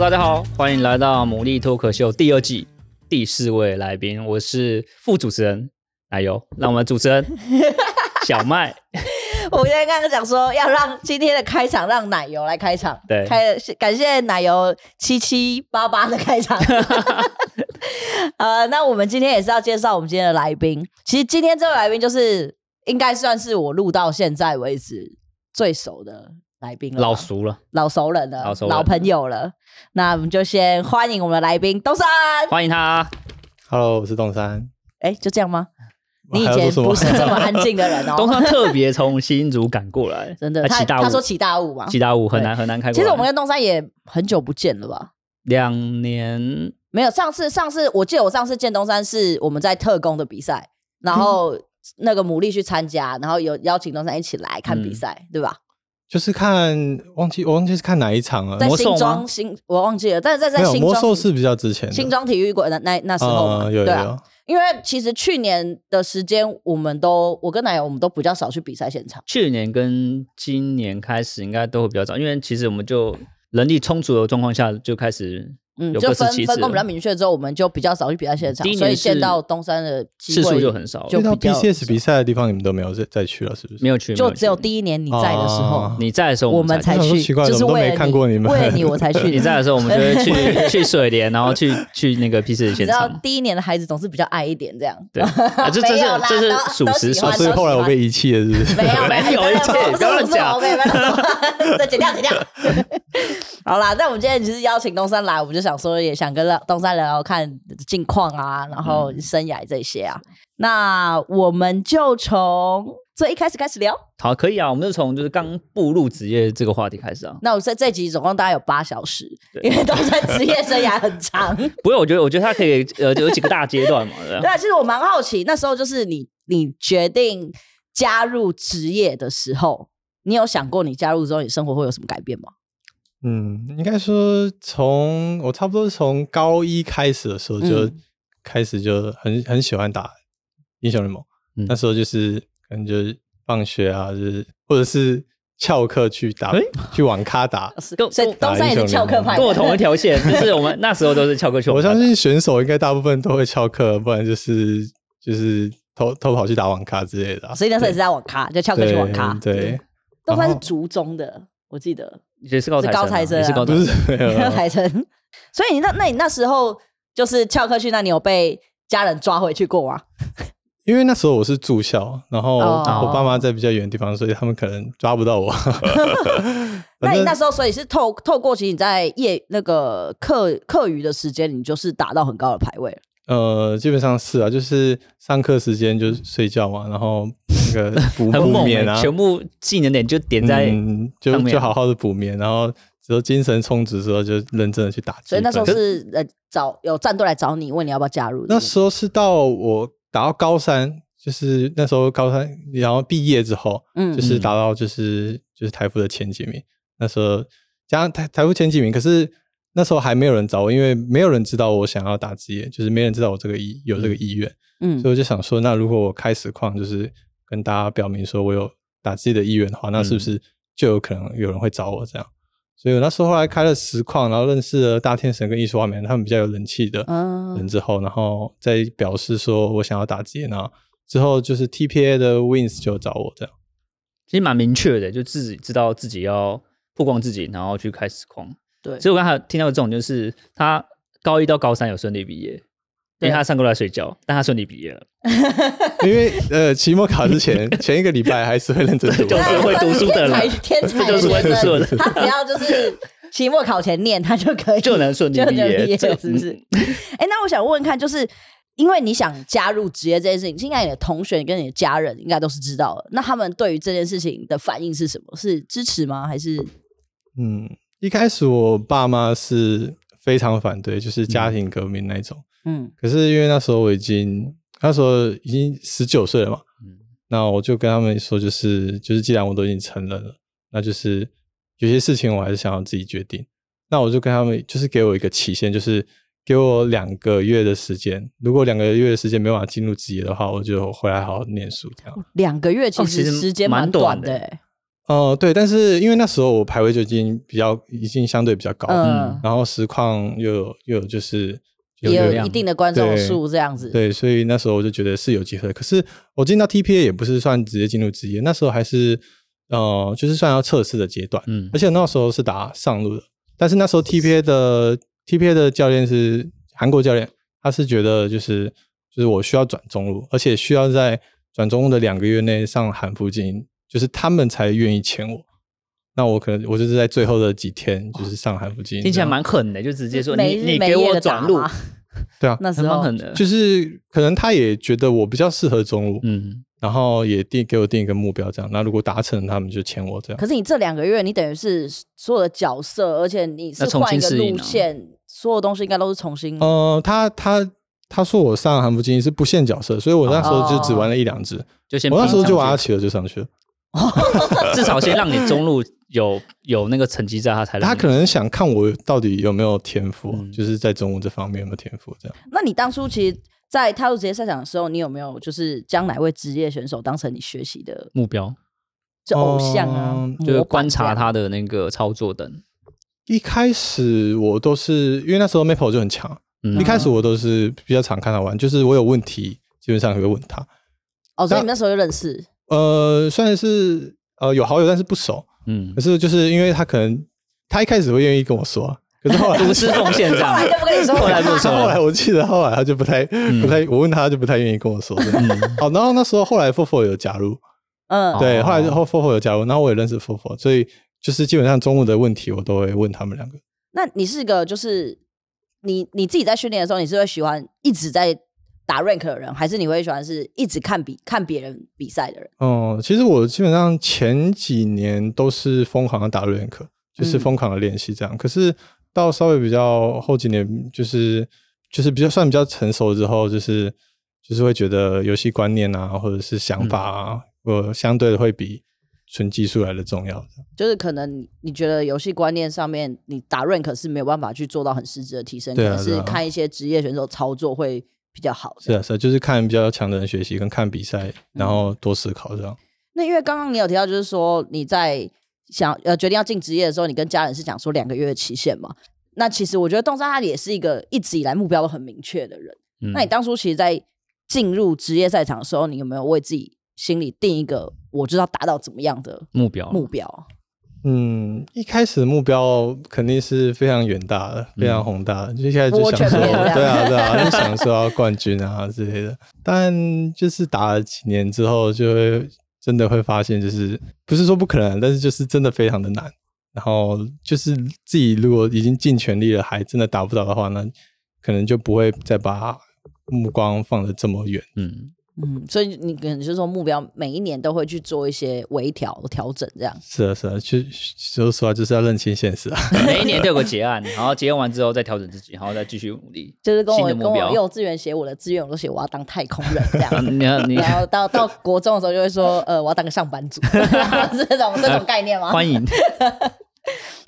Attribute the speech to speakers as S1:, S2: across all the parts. S1: 大家好，欢迎来到牡蛎脱口秀第二季第四位来宾，我是副主持人奶油，让我们主持 人小麦，
S2: 我现在刚刚讲说要让今天的开场让奶油来开场，
S1: 对
S2: 开感谢奶油七七八八的开 场。呃，那我们今天也是要介绍我们今天的来宾。其实今天这位来宾就是应该算是我录到现在为止最熟的来宾了吧，
S1: 老熟了，
S2: 老熟人了，
S1: 老熟人
S2: 朋友了。那我们就先欢迎我们的来宾东山。
S1: 欢迎他。
S3: Hello，我是东山。
S2: 哎，就这样吗？你以
S3: 还要
S2: 前
S3: 说什么
S2: 不是这么安静的人
S1: 东
S2: 哦，
S1: 山特别从新竹赶过来，
S2: 真的。
S1: 啊
S2: 他
S1: 起大雾，
S2: 他说起大雾嘛，
S1: 起大雾很
S2: 对
S1: 难很难开过来。
S2: 其实我们跟东山也很久不见了吧？
S1: 两年
S2: 没有，上次上次我记得我上次见东山是我们在特工的比赛，
S1: 嗯
S2: 然后那个牡蛎去参加，然后有邀请东山一起来看
S1: 嗯
S2: 比赛，对吧？
S3: 就是看忘记我忘记是看哪一场了
S2: 在，
S1: 呃魔兽
S2: 新
S1: 吗
S2: 庄新我忘记了，但是在在
S3: 没有
S2: 新
S3: 魔兽
S2: 庄
S3: 是比较之前的，
S2: 新庄体育馆的那那时候
S1: 呃
S2: 嘛，
S3: 嗯有有
S2: 对啊
S3: 有，，
S2: 因为其实去年的时间我们都我跟奶油我们都比较少去比赛现场，
S1: 去年跟今年开始应该都会比较早，因为其实我们就人力充足的状况下就开始
S2: 嗯，
S1: 有
S2: 就
S1: 各
S2: 分
S1: 司其职
S2: 分工
S1: 了，
S2: 比较明确之后，我们就比较少去比赛现场
S1: 第一，年
S2: 所以见
S1: 是
S2: 到东山的机
S1: 次数
S2: 会
S1: 就很少了，
S2: 就
S3: 遇到
S2: 比较
S3: PCS 比赛的地方你们都没有再再去了，是不是？
S1: 没有去，
S2: 就
S1: 没去
S2: 只有第一年你在的时候。
S3: 哦
S1: 你在的时候
S2: 我
S1: 们
S2: 们才
S1: 去
S3: 我想说
S2: 去，
S3: 奇怪
S2: 就是
S3: 怎么都
S2: 为
S3: 没
S2: 了
S3: 看
S2: 你
S3: 过你们
S2: 为了你我才去。
S1: 你在的时候，我们就会 去去水莲，然后去去那个 P 四
S2: 你
S1: 现
S2: 知道
S1: 场。
S2: 第一年的孩子总是比较矮一点，这样
S1: 对，啊这这
S2: 没
S1: 是
S2: 有啦
S1: 这是
S2: 都
S1: 属
S2: 都
S1: 实
S2: 喜
S1: 属
S3: 啊，
S2: 欢
S1: 实
S3: 所以后来我被遗弃了，是不是？
S2: 没有
S1: 没有
S2: 真
S1: 一
S2: 的
S1: 切
S2: 不
S1: 不要乱讲
S2: 不是不是我没有再剪掉剪掉。好啦，那我们今天其实邀请东山来，我们就想说也想跟东山聊聊看近况啊，然后生涯这些啊。那我们就从最一开始开始聊。
S1: 好，可以啊，我们就从就是刚步入职业这个话题开始啊。
S2: 那我这这集总共大概有八小时，
S1: 对
S2: 因为东山职业生涯很长。
S1: 不过我觉得，我觉得它可以呃有几个大阶段嘛，对
S2: 对
S1: 吧？
S2: 啊，其实我蛮好奇，那时候就是你你决定加入职业的时候，你有想过你加入之后你生活会有什么改变吗？
S3: 嗯，应该说从我差不多是从高一开始的时候就
S2: 嗯
S3: 开始就很很喜欢打英雄联盟
S1: 嗯，
S3: 那时候就是可能就是放学啊，就是或者是翘课去打
S1: 诶
S3: 去网咖打，
S2: 是
S1: 跟
S2: 所以
S3: 打
S2: 东山也是
S3: 英雄
S2: 翘课
S3: 联盟
S2: 派
S1: 跟我
S2: 的，
S1: 同一条线，就是我们那时候都是翘课去网
S3: 我
S1: 咖打。
S3: 相信选手应该大部分都会翘课，不然就是就是偷偷跑去打网咖之类的啊、
S2: 哦所以那时候也是在网咖，就翘课去网咖。
S3: 对，对，
S2: 东山是
S3: 然后
S2: 竹中的，我记得
S1: 你也是高材
S2: 是高材
S1: 生啊，
S2: 生啊
S1: 你是高材
S3: 不
S1: 生。
S3: 是没有
S2: 没有
S3: 啦
S2: 台城。所以你那那你那时候就是翘课去，那你有被家人抓回去过吗？
S3: 因为那时候我是住校，然后
S2: 哦
S3: 我爸妈在比较远的地方，所以他们可能抓不 到我。
S2: 那
S3: 反
S2: 你
S3: 正
S2: 那时候所以是透透过其实你在业那个课课余的时间，你就是打到很高的排位了。
S3: 呃，基本上是啊，就是上课时间就是睡觉嘛，然后 那个补
S1: 很
S3: 补
S1: 猛欸、
S3: 眠啊，
S1: 全部技能点就
S2: 欸
S1: 点在、
S3: 嗯、就
S1: 上面
S3: 就好好的补眠，然后只有精神充足之后，就认真的去打积分。
S2: 所以那时候是呃找有战队来找你，问你要不要加入。
S3: 那时候是到我打到高三，就是那时候高三，然后毕业之后，
S2: 嗯
S3: 就是打到就是就是台服的前几名。那时候加上台台服前几名，可是那时候还没有人找我，因为没有人知道我想要打职业，就是没人知道我这个意有这个意愿，
S2: 嗯
S3: 所以我就想说，那如果我开实况，就是跟大家表明说我有打职业的意愿的话，
S2: 嗯
S3: 那是不是就有可能有人会找我这样？所以我那时候后来开了实况，然后认识了大天神跟艺术画面，他们比较有人气的，人
S2: 嗯
S3: 之后，然后再表示说我想要打劫，然后之后就是 TPA 的 Wins 就找我这样。
S1: 其实蛮明确的，就自己知道自己要曝光自己，然后去开实况。
S2: 对，
S1: 所以我刚才有听到这种，就是他高一到高三有顺利毕业，因为
S2: 对
S1: 他上课都在睡觉，但他顺利毕业了，
S3: 因为呃，期末考之前前一个礼拜还是会认真 读，啊
S1: 就是会读书的人
S2: 天才，天才
S1: 就是会读书的
S2: 学
S1: 人
S2: 生，他只要就是 期末考前念，他就可以
S1: 就能顺利
S2: 就
S1: 毕
S2: 能
S1: 业。
S2: 毕业，
S1: 这个
S2: 是不是？哎，那我想问问看，就是因为你想加入职业这件事情，应该你的同学跟你的家人应该都是知道的，那他们对于这件事情的反应是什么？是支持吗？还是
S3: 嗯，一开始我爸妈是非常反对，就是家庭革命那一种。
S2: 嗯
S3: 可是因为那时候我已经那时候已经十九岁了嘛，
S1: 嗯
S3: 那我就跟他们说，就是就是，既然我都已经承认了，那就是有些事情我还是想要自己决定。那我就跟他们，就是给我一个期限，就是给我两个月的时间。如果两个月的时间没办法进入职业的话，我就回来好好念书。这样，
S2: 两个月
S1: 哦
S2: 其
S1: 其
S2: 实
S1: 实
S2: 时间
S1: 蛮短
S2: 短
S1: 的
S2: 欸
S3: 哦，对，但是因为那时候我排位就已经比较，已经相对比较高，
S2: 嗯，
S3: 然后实况又有又有就是
S1: 有
S2: 也
S1: 流
S2: 有
S1: 量
S2: 一定的观众
S3: 对
S2: 数这样子。
S3: 对，所以那时候我就觉得是有机会。可是我进到 TPA 也不是算直接进入职业，那时候还是呃，就是算要测试的阶段，
S1: 嗯
S3: 而且那时候是打上路的。但是那时候 TPA 的 TPA 的教练是韩国教练，他是觉得就是就是我需要转中路，而且需要在转中路的两个月内上韩服精英，就是他们才愿意签我。那我可能我就是在最后的几天就是上韩服精英，
S1: 听起来
S3: 这样
S1: 蛮狠的，就直接说
S2: 每
S1: 你
S2: 日
S1: 你
S2: 每
S1: 给
S2: 夜
S1: 我
S2: 的打
S1: 转路
S2: 嘛，
S3: 对啊，
S2: 那
S1: 还
S2: 时
S1: 蛮
S2: 候
S1: 狠的，
S3: 就是可能他也觉得我比较适合中路，
S1: 嗯，
S3: 然后也定给我定一个目标，这样。那如果达成，他们就签我这样。
S2: 可是你这两个月，你等于是所有的角色，而且你是
S1: 要重
S2: 换一
S1: 新
S2: 个
S1: 适应
S2: 路
S1: 啊哦
S2: 线，所有东西应该都是重新。
S3: 呃，他他他说我上韩服精英是不限角色，所以我那时候就只玩了一两只。
S1: 就哦先
S3: 我那时候
S1: 拼上
S3: 就玩阿
S1: 去
S3: 奇了，就上去了。
S1: 至少先让你中路有有那个成绩在，他才让
S3: 他
S1: 你
S3: 可能想看我有到底有没有天赋，
S1: 嗯
S3: 就是在中文这方面有没有天赋这样。
S2: 那你当初其实，在踏入职业赛场的时候，你有没有就是将哪位职业选手当成你学习的
S1: 目标
S2: 就偶像啊？
S3: 嗯
S2: 模
S1: 哦就是
S2: 板
S1: 观
S2: 这
S1: 察
S2: 样，
S1: 他的那个操作等，
S3: 一开始我都是因为那时候 Maple 就很强，
S1: 嗯
S3: 一开始我都是比较常看他玩，就是我有问题基本上也会问他。
S2: 哦，所以你那时候就认识，
S3: 呃，算是呃有好友，但是不熟。
S1: 嗯
S3: 可，是就是因为他可能他一开始会愿意跟我说啊，可 是后来
S1: 无私嗯奉献这
S2: 后
S1: 样
S2: 来，就不跟你说
S1: 后来
S2: 了。
S1: 就说
S3: 后来
S1: 了，
S3: 我记得后来他就不太不太，我问他他就不太愿意跟我说。嗯，好，然后那时候后来 Fofo 有加入，
S2: 嗯，
S1: 哦
S3: 对，后来后 Fofo 有加入，然后我也认识 Fofo，所以就是基本上中午的问题我都会问他们两个。
S2: 那你是一个就是你你自己在训练的时候，你是会喜欢一直在打 rank 的人，还是你会喜欢是一直看比看别人比赛的人？
S3: 嗯，其实我基本上前几年都是疯狂的打瑞恩课，就是
S2: 嗯
S3: 疯狂的练习这样。可是到稍微比较后几年，就是就是比较算比较成熟之后，就是就是会觉得游戏观念啊，或者是想法啊，我相对的会比纯技术来的重要。
S2: 就是可能你觉得游戏观念上面，你打 rank 是没有办法去做到很实质的提升，
S3: 对啊
S2: 可能
S3: 对
S2: 是
S3: 啊
S2: 看一些职业选手操作会比较好。
S3: 是啊，是啊，就是看比较强的人学习，跟看比赛，然后多思考这样。
S2: 那因为刚刚你有提到，就是说你在想呃决定要进职业的时候，你跟家人是讲说两个月的期限嘛。那其实我觉得东山他也是一个一直以来目标都很明确的人。
S1: 嗯
S2: 那你当初其实，在进入职业赛场的时候，你有没有为自己心里定一个我知道达到怎么样的
S1: 目标
S3: 哦
S2: 目标？啊
S3: 嗯，一开始的目标肯定是非常远大的，非常宏大的，就一开始就想
S2: 摸
S3: 说，
S2: 全面这样
S3: 对啊，对啊，就想说要冠军啊之类的。但就是打了几年之后，就会真的会发现，就是不是说不可能，但是就是真的非常的难。然后就是自己如果已经尽全力了，还真的达不到的话，那可能就不会再把目光放得这么远。
S1: 嗯，
S2: 嗯，所以你可能就是说目标每一年都会去做一些微调调整，这样。
S3: 是啊，是啊，就说实话，就是要认清现实啊。
S1: 每一年都有个结案，然后结案完之后再调整自己，然后再继续努力，
S2: 就是跟我
S1: 新的
S2: 跟
S1: 目
S2: 我
S1: 标
S2: 幼稚园写我的志愿，我都写我要当太空人这样
S1: 啊。你要 你
S2: 然后到到国中的时候就会说，呃，我要当个上班族， 是这种这种概念吗？
S1: 欢迎，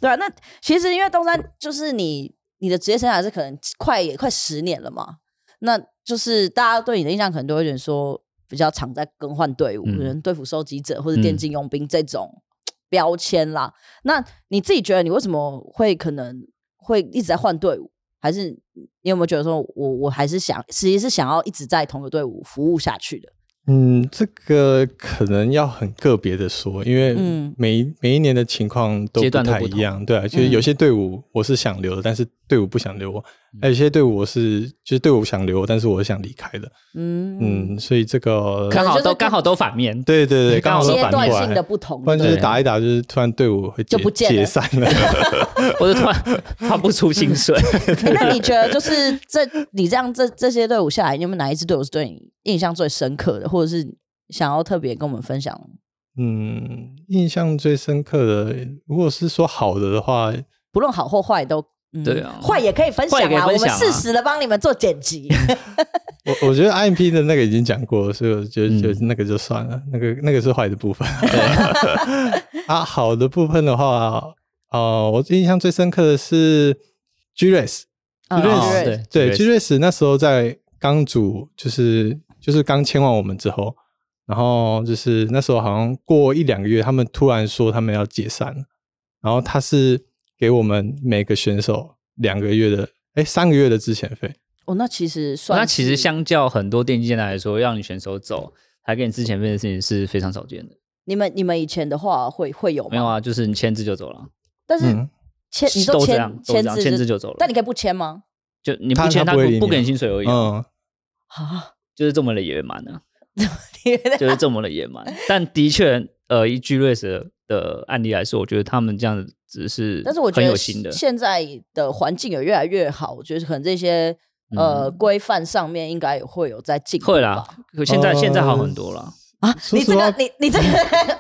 S2: 对啊，那其实因为东山就是你你的职业生涯是可能快也快十年了嘛，那就是大家对你的印象可能都会觉得说比较常在更换队伍，
S1: 嗯
S2: 可能队服收集者或者
S3: 嗯
S2: 电竞佣兵这种标签啦。那你自己觉得你为什么会可能会一直在换队伍？还是你有没有觉得说我我还是想，其实是想要一直在同一个队伍服务下去的？
S3: 嗯，这个可能要很个别的说，因为
S2: 嗯
S3: 每一每一年的情况都
S1: 阶
S3: 不
S1: 段都
S3: 太
S1: 不
S3: 一
S1: 同
S3: 样，对啊，就是有些队伍我是想留的，但是队伍不想留我；，
S2: 嗯
S3: 还有些队伍我是就是队伍想留我，但是我是想离开的。
S2: 嗯
S3: 嗯，所以这个
S1: 刚好
S2: 就是
S1: 都
S2: 跟
S1: 刚好都反 面，
S3: 对对对，
S1: 刚
S3: 刚
S1: 好
S3: 好
S1: 是
S3: 都
S2: 阶
S3: 反
S2: 段
S3: 过
S2: 性的
S3: 来，
S2: 不同，
S3: 不然就是
S2: 对
S3: 打一打，就是突然队伍会
S2: 就
S3: 解
S2: 不见了
S3: 解散了。
S1: 我就突然 发不出薪 水，
S2: 欸那你觉得就是这你这样这这些队伍下来，你有没有哪一支队伍是对你印象最深刻的，或者是想要特别跟我们分享？
S3: 嗯，印象最深刻的，如果是说好的的话，
S2: 不论好或坏都。嗯
S1: 对啊
S2: 坏也可以分享
S1: 坏也可以
S2: 啊，我
S1: 分
S2: 们
S1: 享啊
S2: 适时的帮你们做 剪辑。
S3: 我我觉得 IMP 的那个已经讲过了，所以我觉得
S1: 嗯
S3: 就那个就算了，那个那个是坏的部分。 啊，好的部分的话，呃，我印象最深刻的是 G Race，
S2: 嗯
S3: 认
S1: 哦
S2: 对
S3: 识
S1: 对
S3: 对
S1: 对
S3: G Race 那时候在刚组，就是就是刚签完我们之后，然后就是那时候好像过一两个月，他们突然说他们要解散了，然后他是给我们每个选手两个月的，哎，三个月的之前费，
S2: 哦，那其实算
S1: 那其实
S2: 是
S1: 相较很多电竞界来说，让你选手走还跟你之前分的事情是非常少见的。
S2: 你们你们以前的话会会有吗？
S1: 没有啊，就是你签字就走了，
S2: 但是
S3: 嗯，
S2: 签、你说
S1: 都这
S2: 签
S1: 样，都这样，
S2: 字
S1: 签
S2: 是
S1: 字就走了。
S2: 但你可以不签吗？
S1: 就你不
S3: 他
S1: 签，
S3: 他
S1: 他
S3: 不会
S1: 不
S3: 理
S1: 不
S3: 你
S1: 给你
S3: 啊
S1: 薪水而已啊，
S3: 嗯，
S2: 啊，
S1: 就是这么的野蛮呢，
S2: 你的
S1: 就是这么的野 蛮。但的确，呃，以 G r a c 的案例来说，我觉得他们这样子只是，
S2: 但是我觉
S1: 很有
S2: 得
S1: 心的，
S2: 现在的环境也越来越好，我觉得可能这些呃
S1: 嗯
S2: 规范上面应该也会有在进步
S1: 会啦
S2: 吧。
S1: 可现在、现在好
S3: 呃
S1: 很多了。
S2: 啊，
S3: 说
S2: 你
S3: 实
S2: 这个
S3: 话
S2: 你你这个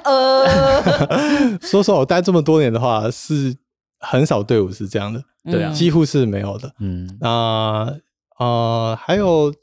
S2: 呃，
S3: 说实话，我待这么多年的话，是很少队伍是这样的，
S1: 对啊
S2: 嗯
S3: 几乎是没有的。
S1: 嗯，
S3: 那呃，还有，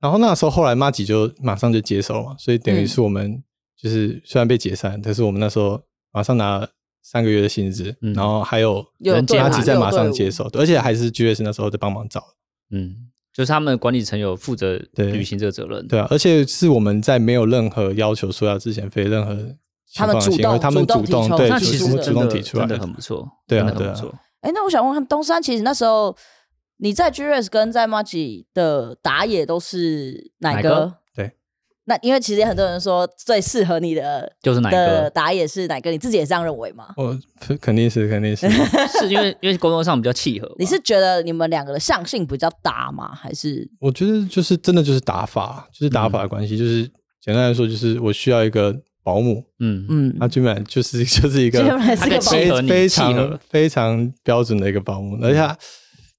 S3: 然后那时候后来马吉就马上就接手了嘛，所以等于
S2: 嗯
S3: 是我们就是虽然被解散，但是我们那时候马上拿了三个月的薪资，
S1: 嗯
S3: 然后还有
S2: 有
S1: 人解
S2: 队伍
S3: 马
S1: 散
S3: 吉
S1: 有
S3: 在马
S2: 队
S3: 上
S2: 伍
S3: 接手，对而且还是 GS 那时候在帮忙找，
S1: 嗯，就是他们管理层有负责
S3: 对
S1: 履行这个责任。
S3: 对啊，而且是我们在没有任何要求说要之前非任何情
S2: 他们
S3: 况的
S2: 主
S3: 行为
S2: 动
S3: 他们
S2: 主动
S3: 主
S2: 提
S3: 动
S2: 出
S3: 对，
S1: 那
S3: 就
S1: 其
S3: 是
S1: 实
S3: 他们
S1: 真
S3: 主动
S1: 的
S3: 提出来
S1: 真的很不错，
S3: 对啊
S1: 真的很不
S3: 对
S1: 错。
S2: 哎、那我想问看东山，其实那时候你在 g r s 跟在 Maggi 的打野都是哪
S1: 哪
S2: 个
S1: 个？
S3: 对。
S2: 那因为其实很多人说最适合你的
S1: 就是哪一
S2: 的
S1: 个？
S2: 打野是哪个，你自己也这样认为吗？
S3: 我哦肯定是肯定是
S1: 是因为因为沟通上比较契合吧。
S2: 你是觉得你们两个的相性比较搭吗？还是
S3: 我觉得就是真的就是打法，就是
S1: 嗯
S3: 打法的关系，就是简单来说，就是我需要一个保姆，
S1: 嗯，
S2: 嗯，
S3: 那基本上就是 就是一个
S2: 基本上是
S1: 他可以
S2: 个保姆
S1: 契合
S3: 非
S1: 你
S3: 非
S1: 契
S3: 常
S1: 合
S3: 非常标准的一个保姆，而且他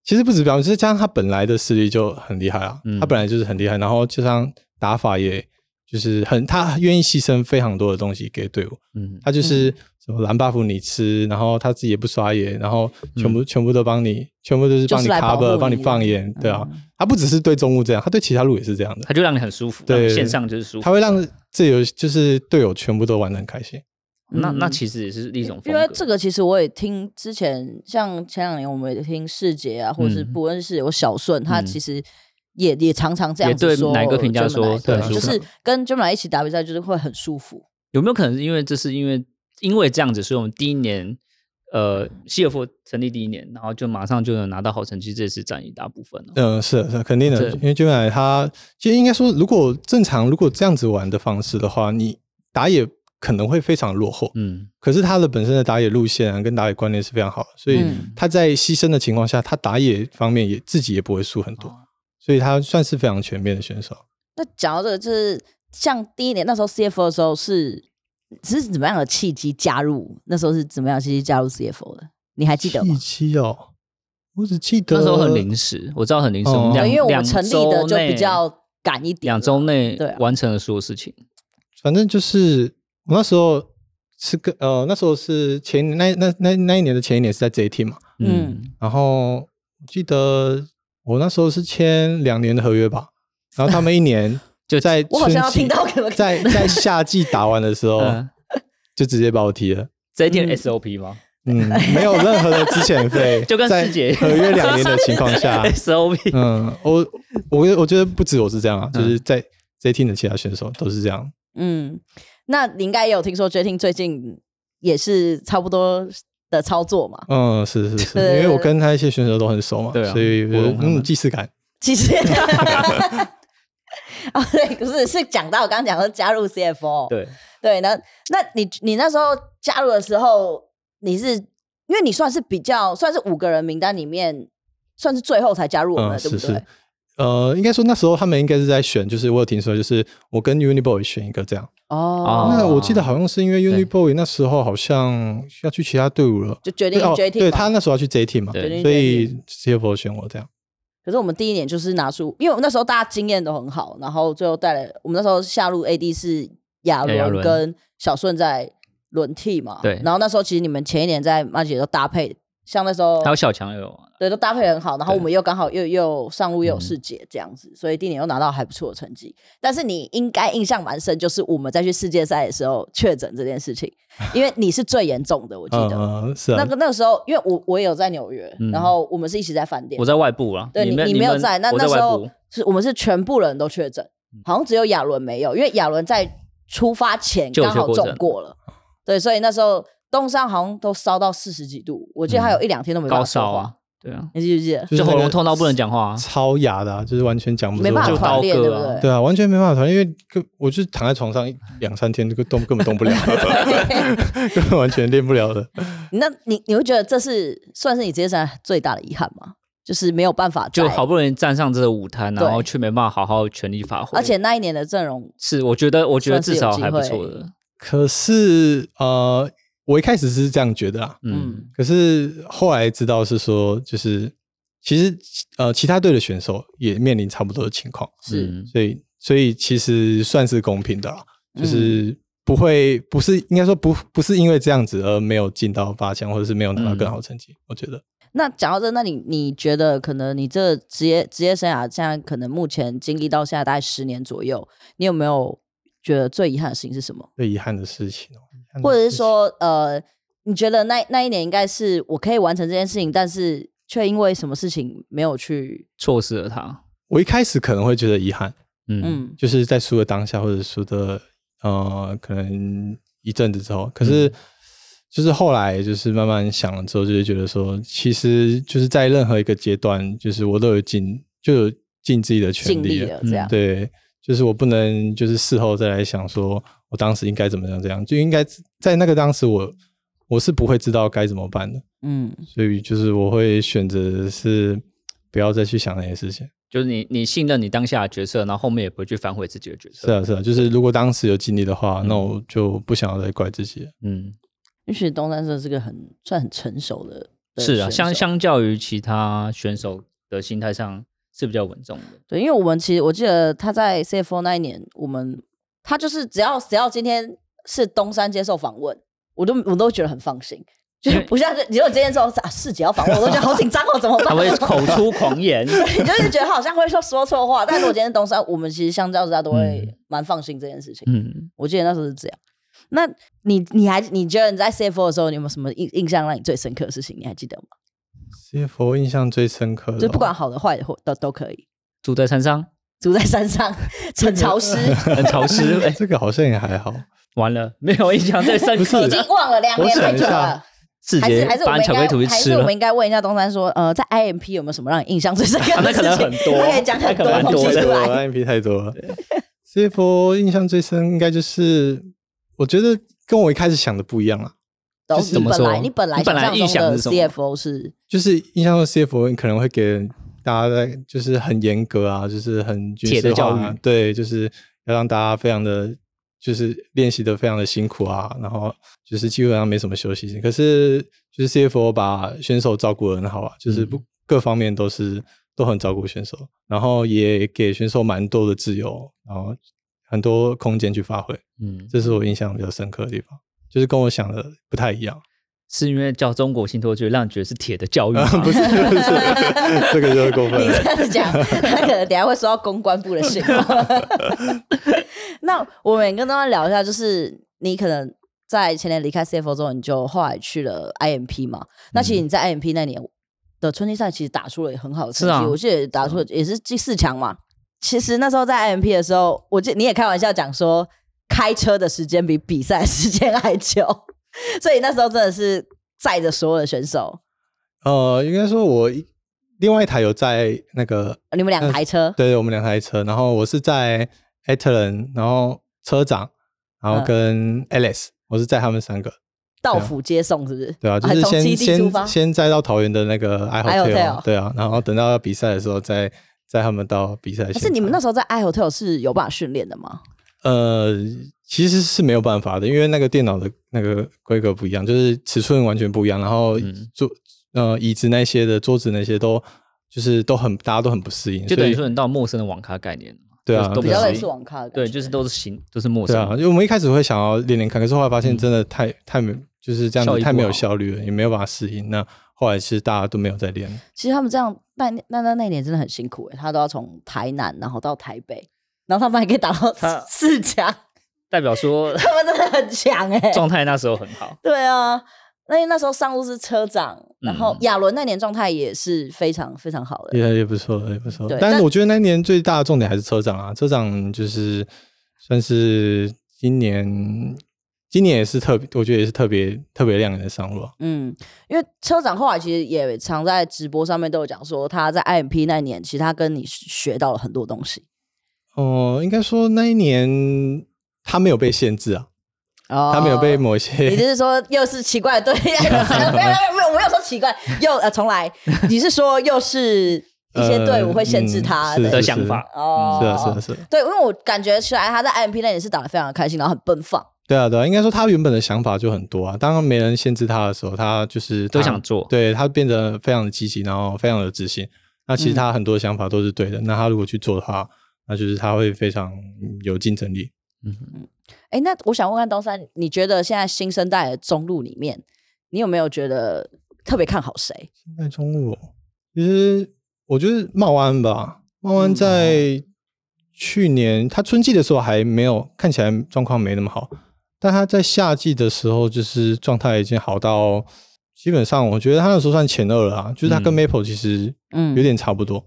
S3: 其实不止标准，就是加上他本来的实力就很厉害啊，
S1: 嗯
S3: 他本来就是很厉害，然后加上打法也就是很，他愿意牺牲非常多的东西给队伍，
S1: 嗯
S3: 他就是什么蓝 buff 你吃，然后他自己也不刷野，然后全部、全部都帮你，全部都是
S2: 嗯就
S3: 帮
S2: 是
S3: 你
S2: 来保护
S3: cover，
S2: 你
S3: 帮你
S2: 的嗯
S3: 放眼，对啊，他不只是对中路这样，他对其他路也是这样的，
S1: 他就让你很舒服，
S3: 对
S1: 让你线上就是舒服。
S3: 他会让自由就是队友全部都玩的很开心，
S1: 那那
S2: 嗯
S1: 其实也是一种风
S2: 因
S1: 格
S2: 为这个其实我也听之前，像前两年我们也听世杰啊，或者是
S1: 嗯
S2: 不论是有小顺，他
S1: 嗯
S2: 其实也也常常这样
S1: 也
S2: 子
S1: 对
S2: 说。
S1: 奶哥评价说
S2: 对，
S3: 对
S2: 就是是跟 j e m i 一起打比赛，就是会很舒服。
S1: 有没有可能是因为这是因为因为这样子，所以我们第一年呃希尔夫成立第一年，然后就马上就能拿到好成绩，这也是占一大部分了。
S3: 嗯，是的是的肯定的，
S1: 对
S3: 因为基本上他其实应该说，如果正常如果这样子玩的方式的话，你打野可能会非常落后，
S1: 嗯
S3: 可是他的本身的打野路线啊，跟打野观念是非常好的，所以
S2: 嗯
S3: 他在牺牲的情况下，他打野方面也自己也不会输很
S2: 哦
S3: 多，所以他算是非常全面的选手。
S2: 那讲到这个，就是像第一年那时候 CFO 的时候是，是怎么样的契机加入？那时候是怎么样的契机加入 CFO 的？你还记得
S3: 契
S2: 吗？
S3: 机哦，我只记得
S1: 那时候很临时，我知道很临时，
S3: 哦
S1: 我们两
S2: 因为我
S1: 两
S2: 们成立的
S1: 周
S2: 就
S1: 内
S2: 比较赶一点了，
S1: 两周内
S2: 对啊
S1: 完成了所有事情。
S3: 反正就是我那时候是跟呃那时候是前那那那那一年的前一年是在 JT 嘛，
S2: 嗯
S1: 嗯，
S3: 然后我记得我那时候是签两年的合约吧，然后他们 一年
S1: 就
S3: 在
S2: 我好像要
S3: 春季
S2: 听到可能
S3: 在在夏季打完的 时候
S1: 嗯
S3: 就直接把我踢了。
S1: 这一天
S2: 嗯
S1: SOP 吗？，
S3: 嗯，没有任何的资遣费
S1: 就跟
S3: 在
S1: 师姐一样
S3: 合约两年的情况 下，
S1: SOP
S3: 嗯，我我我觉得不止我是这样啊，就是在 JT 的其他选手都是这样，
S2: 嗯，那你应该也有听说 j t 最近也是差不多的操作嘛？
S3: 嗯，是是是，
S2: 对
S3: 因为我跟他一些选手都很熟嘛，
S1: 对啊
S3: 所以我
S1: 我懂他们
S3: 嗯，既视感，
S2: 其 实，哦对，不是是讲到我刚刚讲说加入 CFO，
S1: 对，
S2: 对，那那你你那时候加入的时候，你是因为你算是比较算是五个人名单里面算是最后才加入我们的，
S3: 嗯，
S2: 对不
S3: 是
S2: 对？
S3: 是，呃，应该说那时候他们应该是在选，就是我有听说，就是我跟 Uniboy 选一个这样，
S2: 哦，
S3: 那我记得好像是因为
S1: 对
S3: Uniboy 那时候好像要去其他队伍了。
S2: 就决定
S3: 对哦，
S2: JT，、
S3: 对他，那时候要去 JT 嘛，
S1: 对
S2: 决定
S3: 所
S2: JT
S3: 以 CFO 选我这样。
S2: 可是我们第一年就是拿出，因为我们那时候大家经验都很好，然后最后带来我们那时候下路 AD 是亚
S1: 亚
S2: 伦
S1: 伦
S2: 跟小顺在轮替嘛，
S1: 对
S2: 然后那时候其实你们前一年在马姐都搭配，像那时候
S1: 还有小强也有啊，
S2: 对，都搭配得很好。然后
S1: 对
S2: 我们又刚好又又上路又有
S1: 嗯
S2: 世界这样子，所以第一年又拿到还不错的成绩。但是你应该印象蛮深，就是我们在去世界赛的时候确诊这件事情，因为你是最严重的，我记
S3: 嗯
S2: 得。
S3: 嗯，是
S2: 那
S3: 啊，
S2: 个那个时候，因为我我也有在纽约，
S1: 嗯
S2: 然后我们是一起在饭店
S1: 我。在外部啊，
S2: 对你
S1: 们
S2: 你
S1: 你
S2: 没有
S1: 们
S2: 在，那
S1: 我
S2: 那
S1: 在
S2: 时
S1: 外
S2: 候
S1: 部，嗯
S2: 是我们是全部人都确诊，好像只有亚伦没有，因为亚伦在出发前
S1: 就有
S2: 刚
S1: 些
S2: 好
S1: 过
S2: 中
S1: 程
S2: 过了，对，所以那时候东山好像都烧到四十几度，我记得还有一两天都没办
S1: 嗯高
S2: 法说
S1: 烧
S2: 话
S1: 啊，，对啊，
S2: 你记不记得？
S1: 就
S3: 那
S1: 喉
S3: 个
S1: 咙痛到不能讲话啊，
S3: 超哑的、啊，就是完全讲不出
S2: 没办法
S1: 就
S3: 话。
S2: 团
S1: 刀
S2: 练，
S1: 割
S2: 对不
S1: 啊
S2: 对？
S3: 对啊，完全没办法团，因为根我就是躺在床上一两三天，这个动根本 动不了， 根本完全练不了的。
S2: 那你你会觉得这是算是你职业生涯最大的遗憾吗？就是没有办法
S1: 就
S2: 在
S1: 好，不容易站上这个舞台，然后
S2: 对
S1: 却没办法好好全力发挥。
S2: 而且那一年的阵容，
S1: 是，我觉得我觉得
S2: 算是
S1: 至少
S2: 有机
S1: 还不
S2: 会
S1: 错的，
S3: 可是呃，我一开始是这样觉得啊，
S1: 嗯，
S2: 嗯
S3: 可是后来知道是说，就是其实呃，其他队的选手也面临差不多的情况，
S2: 是
S1: 嗯
S3: 所以所以其实算是公平的啦，啊
S2: 嗯
S3: 就是不会不是应该说不不是因为这样子而没有进到八强，或者是没有拿到更好的成
S1: 嗯
S3: 绩，我觉得。
S2: 那讲到这，那你你觉得可能你这职业职业生涯现在可能目前经历到现在大概十年左右，你有没有觉得最遗憾的事情是什么？
S3: 最遗憾的事情哦，遗憾的
S2: 或者
S3: 事
S2: 是
S3: 情
S2: 说，呃，你觉得那那一年应该是我可以完成这件事情，但是却因为什么事情没有去，
S1: 错失了他，
S3: 我一开始可能会觉得遗憾，
S1: 嗯
S2: 嗯
S3: 就是在输的当下，或者输的呃，可能一阵子之后，
S2: 嗯
S3: 可是就是后来就是慢慢想了之后，就是觉得说，其实就是在任何一个阶段，就是我都有尽就有尽自己的全
S2: 尽
S3: 力
S2: 力
S1: 啊
S3: 了，
S2: 了这样。
S1: 嗯
S3: 对，就是我不能就是事后再来想说我当时应该怎么样，这样就应该在那个当时我我是不会知道该怎么办的，
S2: 嗯，
S3: 所以就是我会选择是不要再去想那些事情。
S1: 就是你你信任你当下的决策，然后后面也不会去反悔自己的决策，
S3: 是啊，嗯是啊，就是如果当时有经历的话，那我就不想要再怪自己了。
S1: 嗯，
S2: 也许东山社是个很算很成熟的，的
S1: 是啊，
S2: 选
S1: 相
S2: 手
S1: 相较于其他选手的心态上是比较稳重的，
S2: 对，因为我们其实我记得他在 CFO 那一年，我们他就是只要只要今天是东山接受访问，我都我都觉得很放心，就是不像是只有今天说啊世姐要访问，我都觉得好紧张哦，怎么
S1: 他
S2: 办？
S1: 会口出狂言，
S2: 你就是觉得好像会说说错话，但是我今天东山，我们其实相较之下都会
S1: 嗯
S2: 蛮放心这件事情。
S1: 嗯，
S2: 我记得那时候是这样。那你你还你觉得你在 CFO 的时候，你有没有什么印印象让你最深刻的事情？你还记得吗？
S3: CFO 印象最深刻的哦，
S2: 就不
S1: 呃
S2: 管好的坏的或都都可以。
S1: 住在山上
S2: 住在 山上，很潮湿，
S1: 很潮湿， 哎
S3: 这个好像也还好。
S1: 完了没有印象最深刻
S2: 已经
S1: 的，
S2: 忘了两
S3: 我
S2: 年
S3: 想
S2: 太
S3: 一
S2: 久
S3: 下
S2: 了。
S1: 自
S2: 还
S1: 己
S2: 是还是我
S1: 把
S2: 们
S1: 巧
S2: 应
S1: 克力
S2: 该
S1: 图
S2: 还
S1: 吃
S2: 是我
S1: 了
S2: 们，应该问一下东山说，呃，在 IMP 有没有什么让你印象最深刻
S1: 啊
S2: 的
S1: 那
S2: 事
S1: 可
S2: 情？
S1: 能很多
S2: 他可以讲
S1: 那
S2: 很
S1: 可能
S2: 多
S1: 蛮
S2: 东
S1: 多
S2: 西
S1: 的
S2: 出来。
S3: ，IMP 太多了。CFO 印象最深应该就是，我觉得跟我一开始想的不一样啊啦。
S2: 都
S1: 是怎
S2: 你
S1: 么
S2: 本来
S1: 说
S2: 你本来
S1: 你本来
S2: 想象
S1: 预想
S2: 中的
S1: 是什么
S2: CFO 是
S3: 就是印象中 CFO 可能会给人大家在就是很严格啊，就是很军
S1: 铁的
S3: 事化
S1: 教
S3: 啊
S1: 育，
S3: 对，就是要让大家非常的就是练习的非常的辛苦啊，然后就是基本上没什么休息。可是就是 CFO 把选手照顾的很好啊，就是
S1: 嗯
S3: 不、各方面都是都很照顾选手，然后也给选手蛮多的自由，然后很多空间去发挥，
S1: 嗯，
S3: 这是我印象比较深刻的地方，就是跟我想的不太一 样。
S1: 是因为叫中国信托就让你觉得是铁的教育吗，
S3: 不是，不是，这个就是过分
S2: 你
S3: 了
S2: 这。样子讲，他可能等一下会收到公关部的信哦。 那我们也跟大家聊一下，就是你可能在前年离开 CFO 之后，你就后来去了 IMP 嘛？那
S1: 嗯
S2: 其实你在 IMP 那年的春季赛其实打出了很好的
S1: 是
S2: 成绩，
S1: 啊
S2: 我记得打出了也是第四强嘛。其实那时候在 IMP 的时候，我记你也开玩笑讲说，开车的时间比比赛的时间 还久，所以那时候真的是载着所有的选手，
S3: 呃，应该说我一另外一台有在那个，
S2: 你们
S1: 嗯
S2: 两台车，
S3: 对我们两台车，然后我是在 a t l a n 然后车长，然后
S2: 嗯
S3: 跟 Alice，、我是在他们三个，
S2: 到府接送是不是？
S3: 啊对啊，就
S2: 啊
S3: 是
S2: 从基
S3: 先
S2: 地出发
S3: 先先载到桃园的那个 i
S2: I Hotel
S3: hotel，对啊，然后等到要比赛的时候再载他们到比赛现
S2: 可
S3: 场。
S2: 是你们那时候在 i hotel 是有办法训练的吗？
S3: 呃，其实是没有办法的，因为那个电脑的那个规格不一样，就是尺寸完全不一样，然后
S1: 嗯
S3: 桌、呃椅子那些的桌子那些都就是都很大家都很不适应，
S1: 就
S3: 所
S1: 等
S3: 以
S1: 于说你到陌生的网咖概念，
S3: 对啊
S1: 就是都
S2: 比
S1: 不
S3: 对
S2: 较
S3: 啊
S1: 适
S2: 类
S1: 应
S2: 似网咖的感
S1: 对，
S2: 觉
S1: 就是都是行，都是陌
S3: 对
S1: 生。
S3: 啊，因为我们一开始会想要练练看，可是后来发现真的太、太没，就是这样
S1: 效
S3: 子
S1: 益不
S3: 太没有
S1: 好
S3: 效率了，也没有办法适应。那后来其实大家都没有在练，
S2: 其实他们这样那那那那一年真的很辛苦哎、他都要从台南然后到台北，然后他们还可以打到
S1: 他
S2: 四强，
S1: 代表说
S2: 他们真的很强哎、
S1: 状态那时候很好，
S2: 对啊，那那时候上路是车长，然后
S1: 嗯
S2: 亚伦那年状态也是非常非常好的。
S3: 也也不错，也不错
S2: 对。
S3: 但
S2: 但
S3: 是我觉得那一年最大的重点还是车长啊，车长就是算是今年今年也是特别，我觉得也是特别特别亮眼的上路啊。
S2: 嗯，因为车长后来其实也常在直播上面都有讲说，他在 IMP 那年，其实他跟你学到了很多东西。
S3: 哦、应该说那一年他没有被限制啊，
S2: 哦
S3: 他没有被某一
S2: 你就
S3: 些，
S2: 是说又是奇怪的对 象？没有没有没有，我没有说奇怪，又呃重 来。你是说又是一些队伍会限制他
S3: 呃嗯是
S1: 的想法。
S2: 哦，
S3: 是啊是啊是啊，
S2: 对，因为我感觉起来他在 IMP 那也是打得非常的开心，然后很奔放。
S3: 对啊对啊，应该说他原本的想法就很多啊，当没人限制他的时候，他就是
S1: 都
S3: 他
S1: 想做
S3: 对他变得非常的积极，然后非常有自信。那
S1: 嗯
S3: 其实他很多想法都是对的，那他如果去做的话，那就是他会非常嗯有竞争力。
S2: 哎，那我想问问东山，你觉得现在新生代的中路里面，你有没有觉得特别看好谁？
S3: 在中路哦，其实我觉得茂安吧，茂安
S2: 嗯
S3: 在去年他春季的时候还没有看起来状况没那么好，但他在夏季的时候就是状态已经好到基本上我觉得他那时候算前二了啊，就是他跟
S1: 嗯
S3: Maple 其实
S2: 嗯
S3: 有点差不多，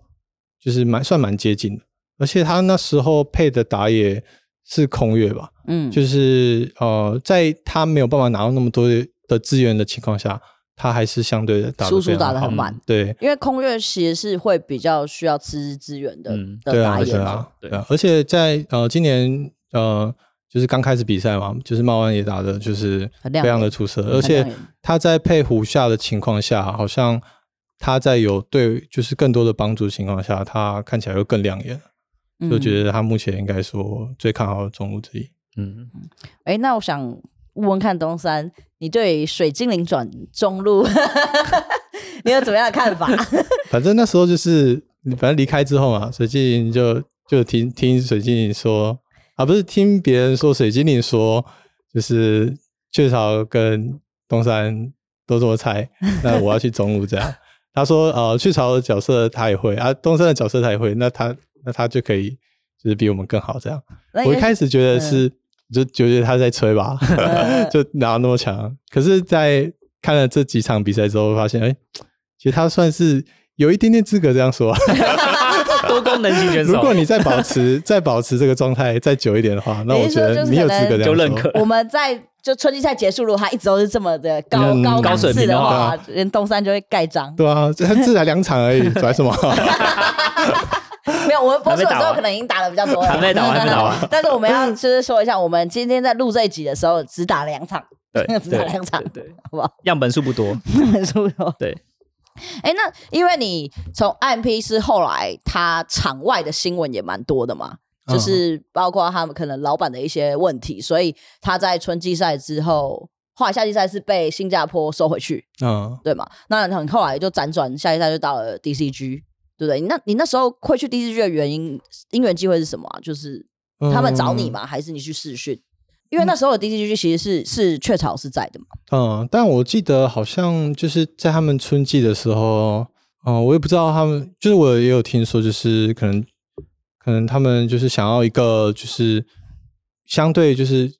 S3: 就是蛮算蛮接近的，而且他那时候配的打野是空月吧，
S2: 嗯，
S3: 就是呃，在他没有办法拿到那么多的资源的情况下，他还是相对的打得
S2: 叔叔
S3: 非常
S2: 打得很
S3: 好嗯
S2: 满，
S3: 对。
S2: 因为空月其实是会比较需要资资源的、
S1: 嗯
S2: 的
S3: 对
S2: 打
S3: 啊，
S2: 野
S3: 对
S2: 嘛。
S3: 啊，
S1: 对
S3: 对啊。而且在呃今年呃就是刚开始比赛嘛，就是茂安也打的就是
S2: 很亮眼
S3: 非常的出色，而
S2: 很亮
S3: 且
S2: 眼
S3: 他在配胡夏的情况下，好像他在有对就是更多的帮助情况下，他看起来又更亮眼，就觉得他目前应该说最看好的中路之一。
S1: 嗯，
S2: 哎、诶那我想问问看东山，你对水精灵转中路 你有怎么样的看法？
S3: 反正那时候就是反正离开之后嘛，水晶灵就就听听水晶灵说啊，不是听别人说水晶灵说，就是雀巢跟东山都这么猜，那我要去中路这样。他说呃，雀巢的角色他也会啊，东山的角色他也会，那他那他就可以就是比我们更好这样。
S2: 那应
S3: 我一
S2: 该
S3: 开始觉得是、
S2: 嗯
S3: 就觉得他在吹吧， 就哪有那么强？可是，在看了这几场比赛之后，发现哎、其实他算是有一点点资格这样说。啊
S1: 多 功能型选
S3: 如
S1: 手
S3: 果你再保持再保持这个状态再久一点的话，那我觉
S2: 你是说就
S3: 得
S2: 是
S3: 你有
S2: 可
S3: 资
S2: 能
S3: 格这样
S1: 就
S3: 说
S1: 认可。
S2: 我们在就春季赛结束，如果他一直都是这么的高、
S3: 嗯
S2: 高档
S3: 高
S1: 水
S2: 次
S1: 平
S2: 的
S1: 的
S2: 话
S3: 话，
S2: 连东山就会盖章。
S3: 对啊，这这才两场而已，拽什么？啊
S2: 没有，我们播出的时
S1: 还没打
S2: 候
S1: 完
S2: 可能已经打的比较多了，
S1: 还没打完还没打完
S2: 但是我们要就是说一下，我们今天在录这一集的时候只打两场，
S1: 对
S2: 只打两场，
S1: 对对，
S2: 好不好？
S1: 样本数不多，
S2: 很舒服。
S1: 对，
S2: 哎、那因为你从 IMP 是后来他场外的新闻也蛮多的嘛，
S3: 嗯
S2: 就是包括他们可能老板的一些问题，所以他在春季赛之后，后来夏季赛是被新加坡收回去，
S3: 嗯，
S2: 对吗？那很后来就辗转夏季赛就到了 DCG。对不对？你那你那时候会去 DCG 的原因，因缘机会是什么啊、就是
S3: 嗯
S2: 他们找你
S3: 嘛。
S2: 吗？还是你去试训？因为那时候的 DCG 其实是是雀巢是在的嘛。
S3: 嗯，但我记得好像就是在他们春季的时候，嗯，我也不知道他们，就是我也有听说，就是可能可能他们就是想要一个就是相对就是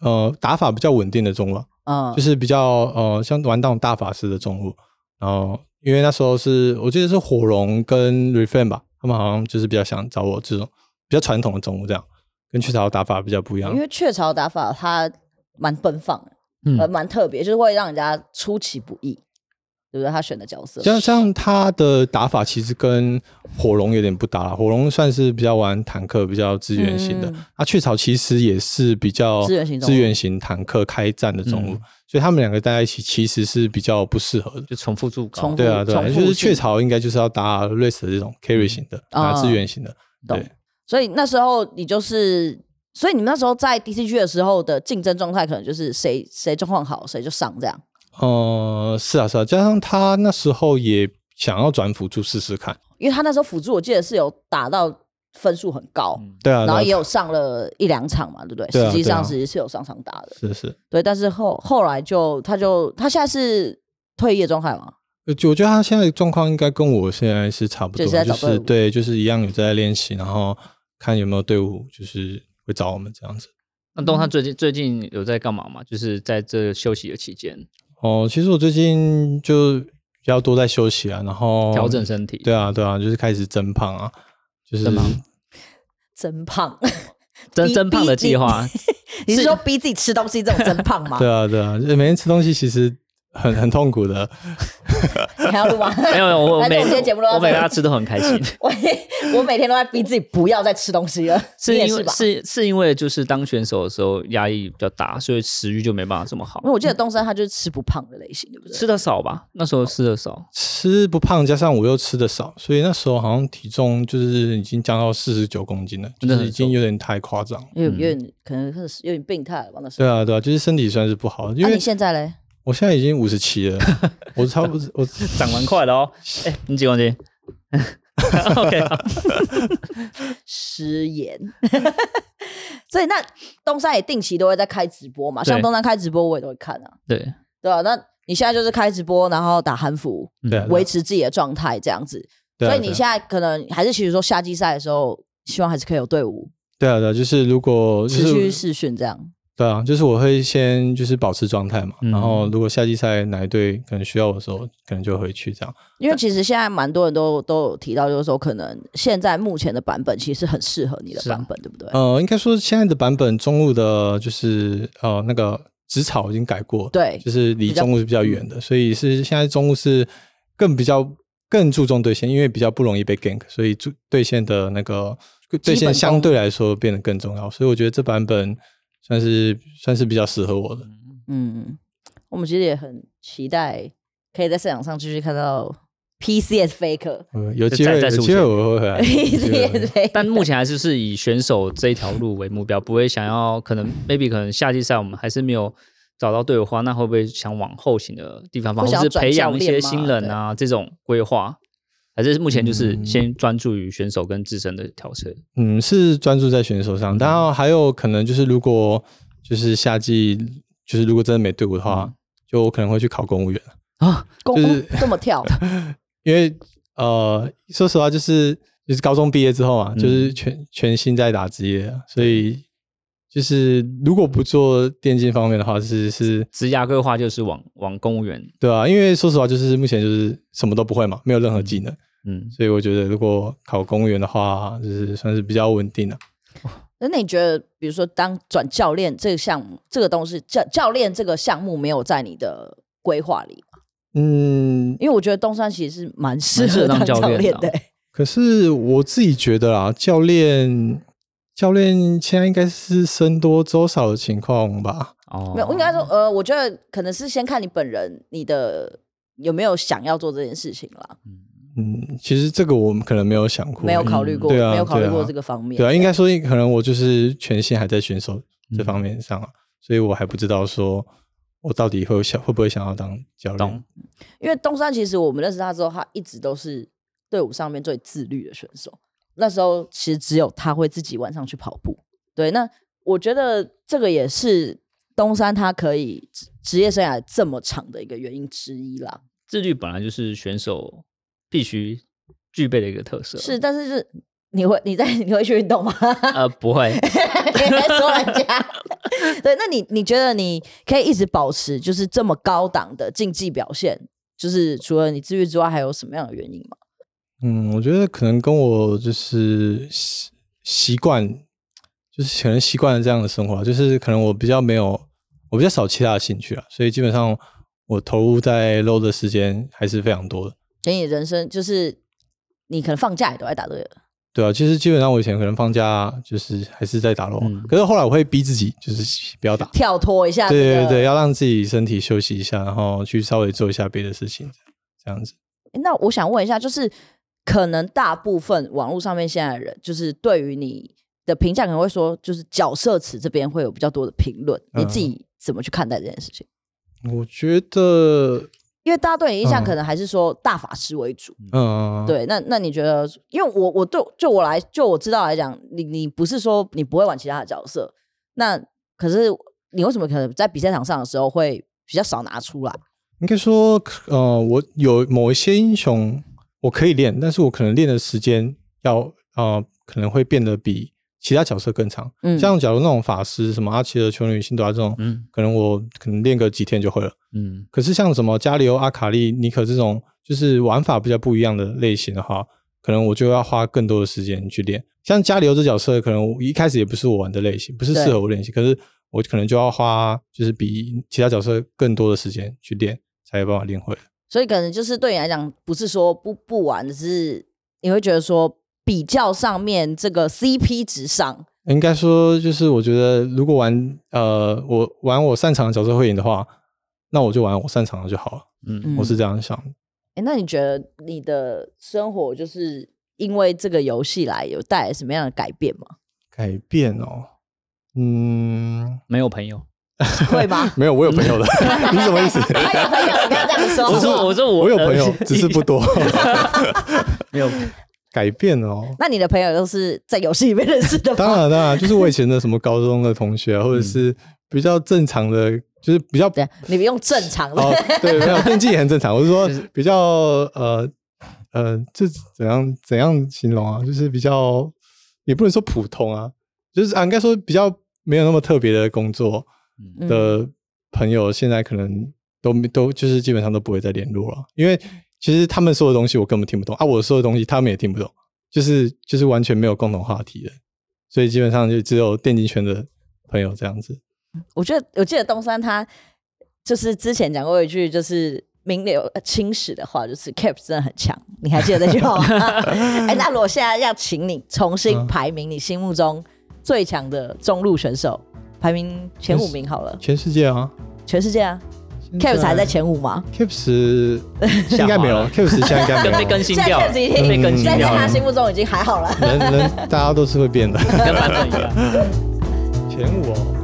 S3: 呃打法比较稳定的中路啊，
S2: 嗯，
S3: 就是比较呃像玩那种大法师的中路，然后因为那时候是我记得是火龙跟 Refine 吧，他们好像就是比较想找我这种比较传统的中路这样，跟雀巢打法比较不一样
S2: 因。为雀巢打法它蛮奔放的，
S1: 嗯
S2: 呃，蛮特别，就是会让人家出其不意，对不对？他选的角色，
S3: 像像他的打法其实跟火龙有点不搭啦，火龙算是比较玩坦克、比较支援型的，
S2: 嗯
S3: 那、雀巢其实也是比较
S2: 支援型中路
S3: 支援型坦克开战的中路，
S1: 嗯
S3: 所以他们两个待在一起其实是比较不适合的。
S1: 就重复度高，
S2: 重复
S3: 对啊，对啊，
S2: 重复
S3: 就是
S2: 性
S3: 雀巢应该就是要打类似的这种 carry 型的，
S2: 嗯
S3: 打
S2: 啊
S3: 支援型的，
S2: 懂
S3: 对。
S2: 所以那时候你就是，所以你们那时候在 DCG 的时候的竞争状态，可能就是谁谁状况好谁就上这样。
S3: 呃，是啊，是啊，加上他那时候也想要转辅助试试看，
S2: 因为他那时候辅助我记得是有打到分数很高，
S1: 嗯
S3: 对啊，
S2: 然后
S3: 对
S2: 也
S3: 啊
S2: 有上了一两场嘛，对不对？
S3: 对啊
S2: 实际上
S3: 对啊
S2: 其实是有上场打的，
S3: 是是，
S2: 对。但是后后来就他就他现在是退役的状态嘛，
S3: 呃就我觉得他现在的状况应该跟我现在是差不多，
S2: 就是在
S3: 就
S2: 找队伍
S3: 是对，就是一样有在练习，然后看有没有队伍就是会找我们这样子。
S1: 那东汉最近最近有在干嘛吗？就是在这休息的期间
S3: 哦，其实我最近就比较多在休息啊，然后
S1: 调整。身体，
S3: 对啊，对啊，就是开始增胖啊，就是
S1: 增胖
S2: 真胖。
S1: 增
S2: 逼
S1: 增胖的计划，
S2: 你是说逼自己吃东西这种真胖吗
S3: 对？啊，对啊，就是每天吃东西其实很很痛苦的。
S2: 你还要 录吗？
S1: 没有没有，我
S2: 反
S1: 每
S2: 正我们今天节目都到
S1: 我每
S2: 这里
S1: 跟他吃都很开 心，
S2: 我我每天都在逼自己不要再吃东西了，
S1: 是
S2: 你也
S1: 因
S2: 是
S1: 为
S2: 吧？
S1: 是是因为就是当选手的时候压力比较大，所以食欲就没办法这么好
S2: 因为，我记
S3: 嗯
S2: 得东升他就是吃不胖的类型，对不对？
S1: 吃的少吧？那时候吃的
S2: 哦
S1: 少，
S3: 吃不胖，加上我又吃的少，所以那时候好像体重就是已经降到四十九公斤了，
S1: 真
S3: 就
S1: 的
S3: 是
S1: 很
S3: 已经有点太夸张了。
S2: 有有点可能是有点病态了吧？那时候
S3: 嗯对，啊，对啊，就是身体算是不好，因
S2: 那
S3: 为
S2: 你现在嘞？
S3: 我现在已经五十七了，我差不多我
S1: 长蛮快的哦。哎、你几公 斤 ？OK，好
S2: 食言。 所以那东山也定期都会在开直播嘛，
S1: 对
S2: 像东山开直播我也都会看啊，
S1: 对，
S2: 对啊，那你现在就是开直播，然后打韩服，
S1: 嗯
S3: 对啊，
S2: 维持自己的状态这样子。
S3: 对啊
S2: 所以你
S3: 对啊
S2: 现在可能还是其实说夏季赛的时候，希望还是可以有队伍
S3: 对啊，对啊，就是如果就
S2: 持续
S3: 是
S2: 试训这样。
S3: 对啊，就是我会先就是保持状态嘛，
S1: 嗯
S3: 然后如果夏季赛哪一队可能需要我的时候，可能就回去这样。
S2: 因为其实现在蛮多人都都有提到，就是说可能现在目前的版本其实很适合你的
S1: 是啊
S2: 版本，对不对？
S3: 呃，应该说现在的版本中路的，就是呃那个植草已经改过，
S2: 对
S3: 就是离中路是比较嗯远的，所以是现在中路是更比较更注重对线，因为比较不容易被 gank，所以注对线的那个对线相对来说变得更重要，所以我觉得这版本算是算是比较适合我的。
S2: 嗯，我们其实也很期待可以在赛场上继续看到 PCS Faker。
S3: 呃有
S1: 就
S3: 机
S1: 再
S3: 会
S1: 再
S3: 有
S1: 出
S3: 机
S1: 现
S3: 会我会回 来。有机会我会
S2: PCS
S3: 回来
S2: Faker，
S1: 但目前还是是以选手这一条路为目标，不会想要可能 maybe 可能夏季赛我们还是没有找到队友的话，那会不会想往后行的地方发
S2: 会
S1: 展，
S2: 想
S1: 或
S2: 要
S1: 是培养一些
S2: 转教练
S1: 新
S2: 吗
S1: 人啊这种规划？还是目前就是
S3: 嗯
S1: 先专注于选手跟自身的调整，
S3: 嗯，是专注在选手上，当然还有可能就是如果就是夏季就是如果真的没队伍的话，就我可能会去考公务员。
S1: 啊
S2: 公
S3: 就是
S2: 哦这么 跳，
S3: 因为呃，说实话，就是就是高中毕业之后嘛，
S1: 嗯
S3: 就是全全心在打职业啊，所以就是如果不做电竞方面的话，是是，
S1: 职涯规划就是往往公务员，
S3: 对啊，因为说实话，就是目前就是什么都不会嘛，没有任何技能，
S1: 嗯，
S3: 所以我觉得如果考公务员的话，就是算是比较稳定的、
S2: 那你觉得，比如说当转教练这个项目，这个东西教教练这个项目没有在你的规划里吗？
S3: 嗯，
S2: 因为我觉得东山其实是蛮适
S1: 蛮适
S2: 合
S1: 合当
S2: 教
S1: 教练的
S2: 的、
S3: 可是我自己觉得啊，教练教练现在应该是僧多粥少的情况吧。
S1: 哦，
S2: 没有，应该说，呃，我觉得可能是先看你本人，你的有没有想要做这件事情啦，
S3: 嗯，其实这个我们可能没有想过，
S2: 没有考虑过，
S3: 对啊
S2: 没有考虑
S3: 对啊
S2: 过这个方面。
S3: 对啊，应该说可能我就是全心还在选手这
S1: 嗯
S3: 方面上啊，所以我还不知道说我到底会想会不会想要当教
S1: 懂
S3: 练。
S2: 因为东山其实我们认识他之后，他一直都是队伍上面最自律的选手。那时候其实只有他会自己晚上去跑步。对，那我觉得这个也是东山他可以职职业生涯这么长的一个原因之一啦。
S1: 自律本来就是选手必须具备的一个特色，
S2: 是，但是是你会你在你会去运动吗？
S1: 呃不会，
S2: 别说人家。 对，那你你觉得你可以一直保持就是这么高档的竞技表现，就是除了你自律之外，还有什么样的原因吗？
S3: 嗯，我觉得可能跟我就是习习惯，就是可能习惯了这样的生活啊，就是可能我比较没有，我比较少其他的兴趣啊，所以基本上我投入在 low 的时间还是非常多的。
S2: 所以你人生就是你可能放假也都在打这个，
S3: 对啊，其实基本上我以前可能放假就是还是在打咯，
S1: 嗯
S3: 可是后来我会逼自己就是不要打，
S2: 跳脱一下、这个。
S3: 对对对，要让自己身体休息一下，然后去稍微做一下别的事情，这样子。
S2: 诶那我想问一下，就是可能大部分网络上面现在的人，就是对于你的评价，可能会说，就是角色词这边会有比较多的评论，
S3: 嗯
S2: 你自己怎么去看待这件事情？
S3: 我觉得，
S2: 因为大家对你印象
S3: 嗯
S2: 可能还是说大法师为主，
S3: 嗯，，
S2: 对，那那你觉得？因为我我对就我来就我知道来讲，你你不是说你不会玩其他的角色，那可是你为什么可能在比赛场上的时候会比较少拿出来？
S3: 应该说，呃，我有某一些英雄我可以练，但是我可能练的时间要，呃，可能会变得比其他角色更长。
S2: 嗯
S3: 像假如那种法师，什么阿奇的囚女辛德拉这种，
S1: 嗯
S3: 可能我可能练个几天就会了。
S1: 嗯，
S3: 可是像什么加里欧、阿卡丽、尼克这种，就是玩法比较不一样的类型的话，可能我就要花更多的时间去练。像加里欧这角色，可能我一开始也不是我玩的类型，不是适合我练习。可是我可能就要花就是比其他角色更多的时间去练，才有办法练会。
S2: 所以可能就是对你来讲，不是说不不玩，只是你会觉得说比较上面这个 CP 值上，
S3: 应该说，就是我觉得，如果玩呃，我玩我擅长的角色会赢的话，那我就玩我擅长的就好了。
S1: 嗯，
S3: 我是这样想的。
S2: 哎，那你觉得你的生活就是因为这个游戏来有带来什么样的改变吗？
S3: 改变哦，嗯，
S1: 没有朋友。
S2: 会 吗？
S3: 没有，我有朋友 的，你什么意思？
S2: 他有朋友，哎你不要这样说。
S1: 我说，我说我
S3: 我有
S1: 呃
S3: 朋友， 只是不多。
S1: 没有。
S3: 改变哦，
S2: 那你的朋友都是在游戏里面认识的吗？
S3: 当然当然，就是我以前的什么高中的同学啊，或者
S1: 嗯
S3: 是比较正常的，就是比较
S2: 对，你不用正常的。
S3: 哦，对，没有电竞也很正常。我是说比较呃呃，这怎样怎样形容啊？就是比较也不能说普通啊，就是啊，应该说比较没有那么特别的工作
S2: 嗯
S3: 的朋友，现在可能都没都就是基本上都不会再联络了，因为
S2: 嗯
S3: 其实他们说的东西我根本听不懂啊，我说的东西他们也听不懂，就是就是完全没有共同话题的，所以基本上就只有电竞圈的朋友这样子。
S2: 我觉得我记得东山他就是之前讲过一句就是名留呃青史的话，就是 Cap 真的很强，你还记得那句话吗？ 哎，那如果现在要请你重新
S3: 嗯
S2: 排名你心目中最强的中路选手，排名前五名好了，
S3: 全世界啊
S2: 全世界啊，Cap
S3: 嗯
S2: 才在前五吗？
S3: Caps 应该没
S1: 下滑
S3: 有
S1: 了
S3: ，Caps 现在应该没
S1: 跟
S3: 有
S1: 被更
S3: 了。
S1: 新掉了，
S2: 现在这集
S1: 被更新
S2: 在在
S1: 掉
S2: 他
S1: 了，
S2: 心目中已经还好了。
S3: 人人大家都是会变的。
S1: 跟版本一样。
S3: 前五哦。